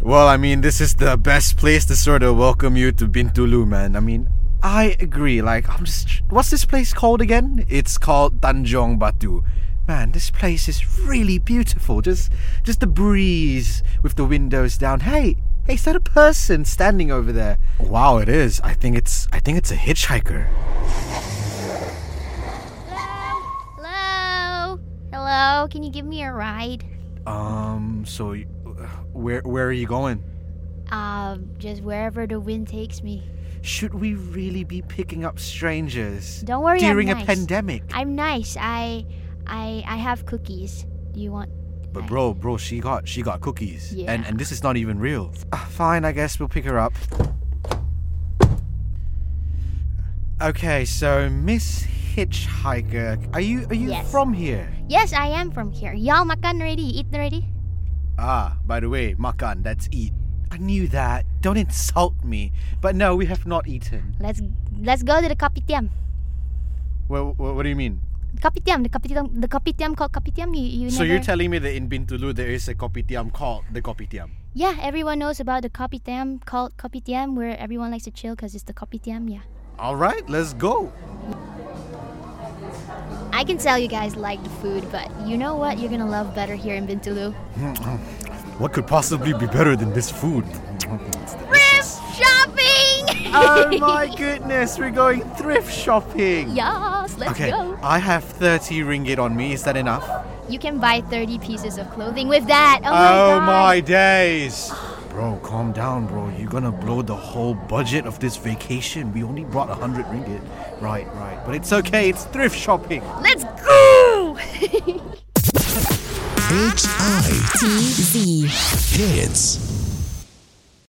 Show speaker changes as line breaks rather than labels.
Well, I mean, this is the best place to sort of welcome you to Bintulu, man. I mean, I agree. Like, I'm just. What's this place called again? It's called Tanjong Batu. Man, this place is really beautiful. Just, just the breeze with the windows down. Hey, hey, is that a person standing over there? Wow, it is. I think it's. I think it's a hitchhiker.
Hello? Hello? Can you give me a ride?
Um. So, y- where where are you going?
Um, just wherever the wind takes me.
Should we really be picking up strangers
Don't worry,
during
I'm nice.
a pandemic?
I'm nice. I, I, I have cookies. Do you want?
But
I-
bro, bro, she got she got cookies, and
Yeah.
and this is not even real. Ah, fine, I guess we'll pick her up. Okay, so Miss Hitchhiker, are you are you
Yes.
from here?
Yes, I am from here. Y'all makan ready? Eat ready?
Ah, by the way, makan, that's eat. I knew that. Don't insult me. But no, we have not eaten.
Let's let's go to the kapitiam.
Well, what, what do you mean?
Kapitiam, the kapitiam, the kapitiam called kapitiam. You, you
so you're
never-
telling me that in Bintulu there is a kopitiam called the kopitiam?
yeah, everyone knows about the kapitiam called kapitiam, where everyone likes to chill because it's the kapitiam. Yeah.
All right, let's go.
I can tell you guys like the food, but you know what? You're gonna love better here in Bintulu.
What could possibly be better than this food? It's delicious.
Shopping.
oh my goodness, we're going thrift shopping.
yes, let's
Okay,
go.
I have 30 ringgit on me. Is that enough?
You can buy 30 pieces of clothing with that. Oh, my,
days. Bro, calm down, bro. You're gonna blow the whole budget of this vacation. We only brought 100 ringgit. Right, right. But it's okay, it's thrift shopping.
god. Let's go!
H I
TZ.
Hits.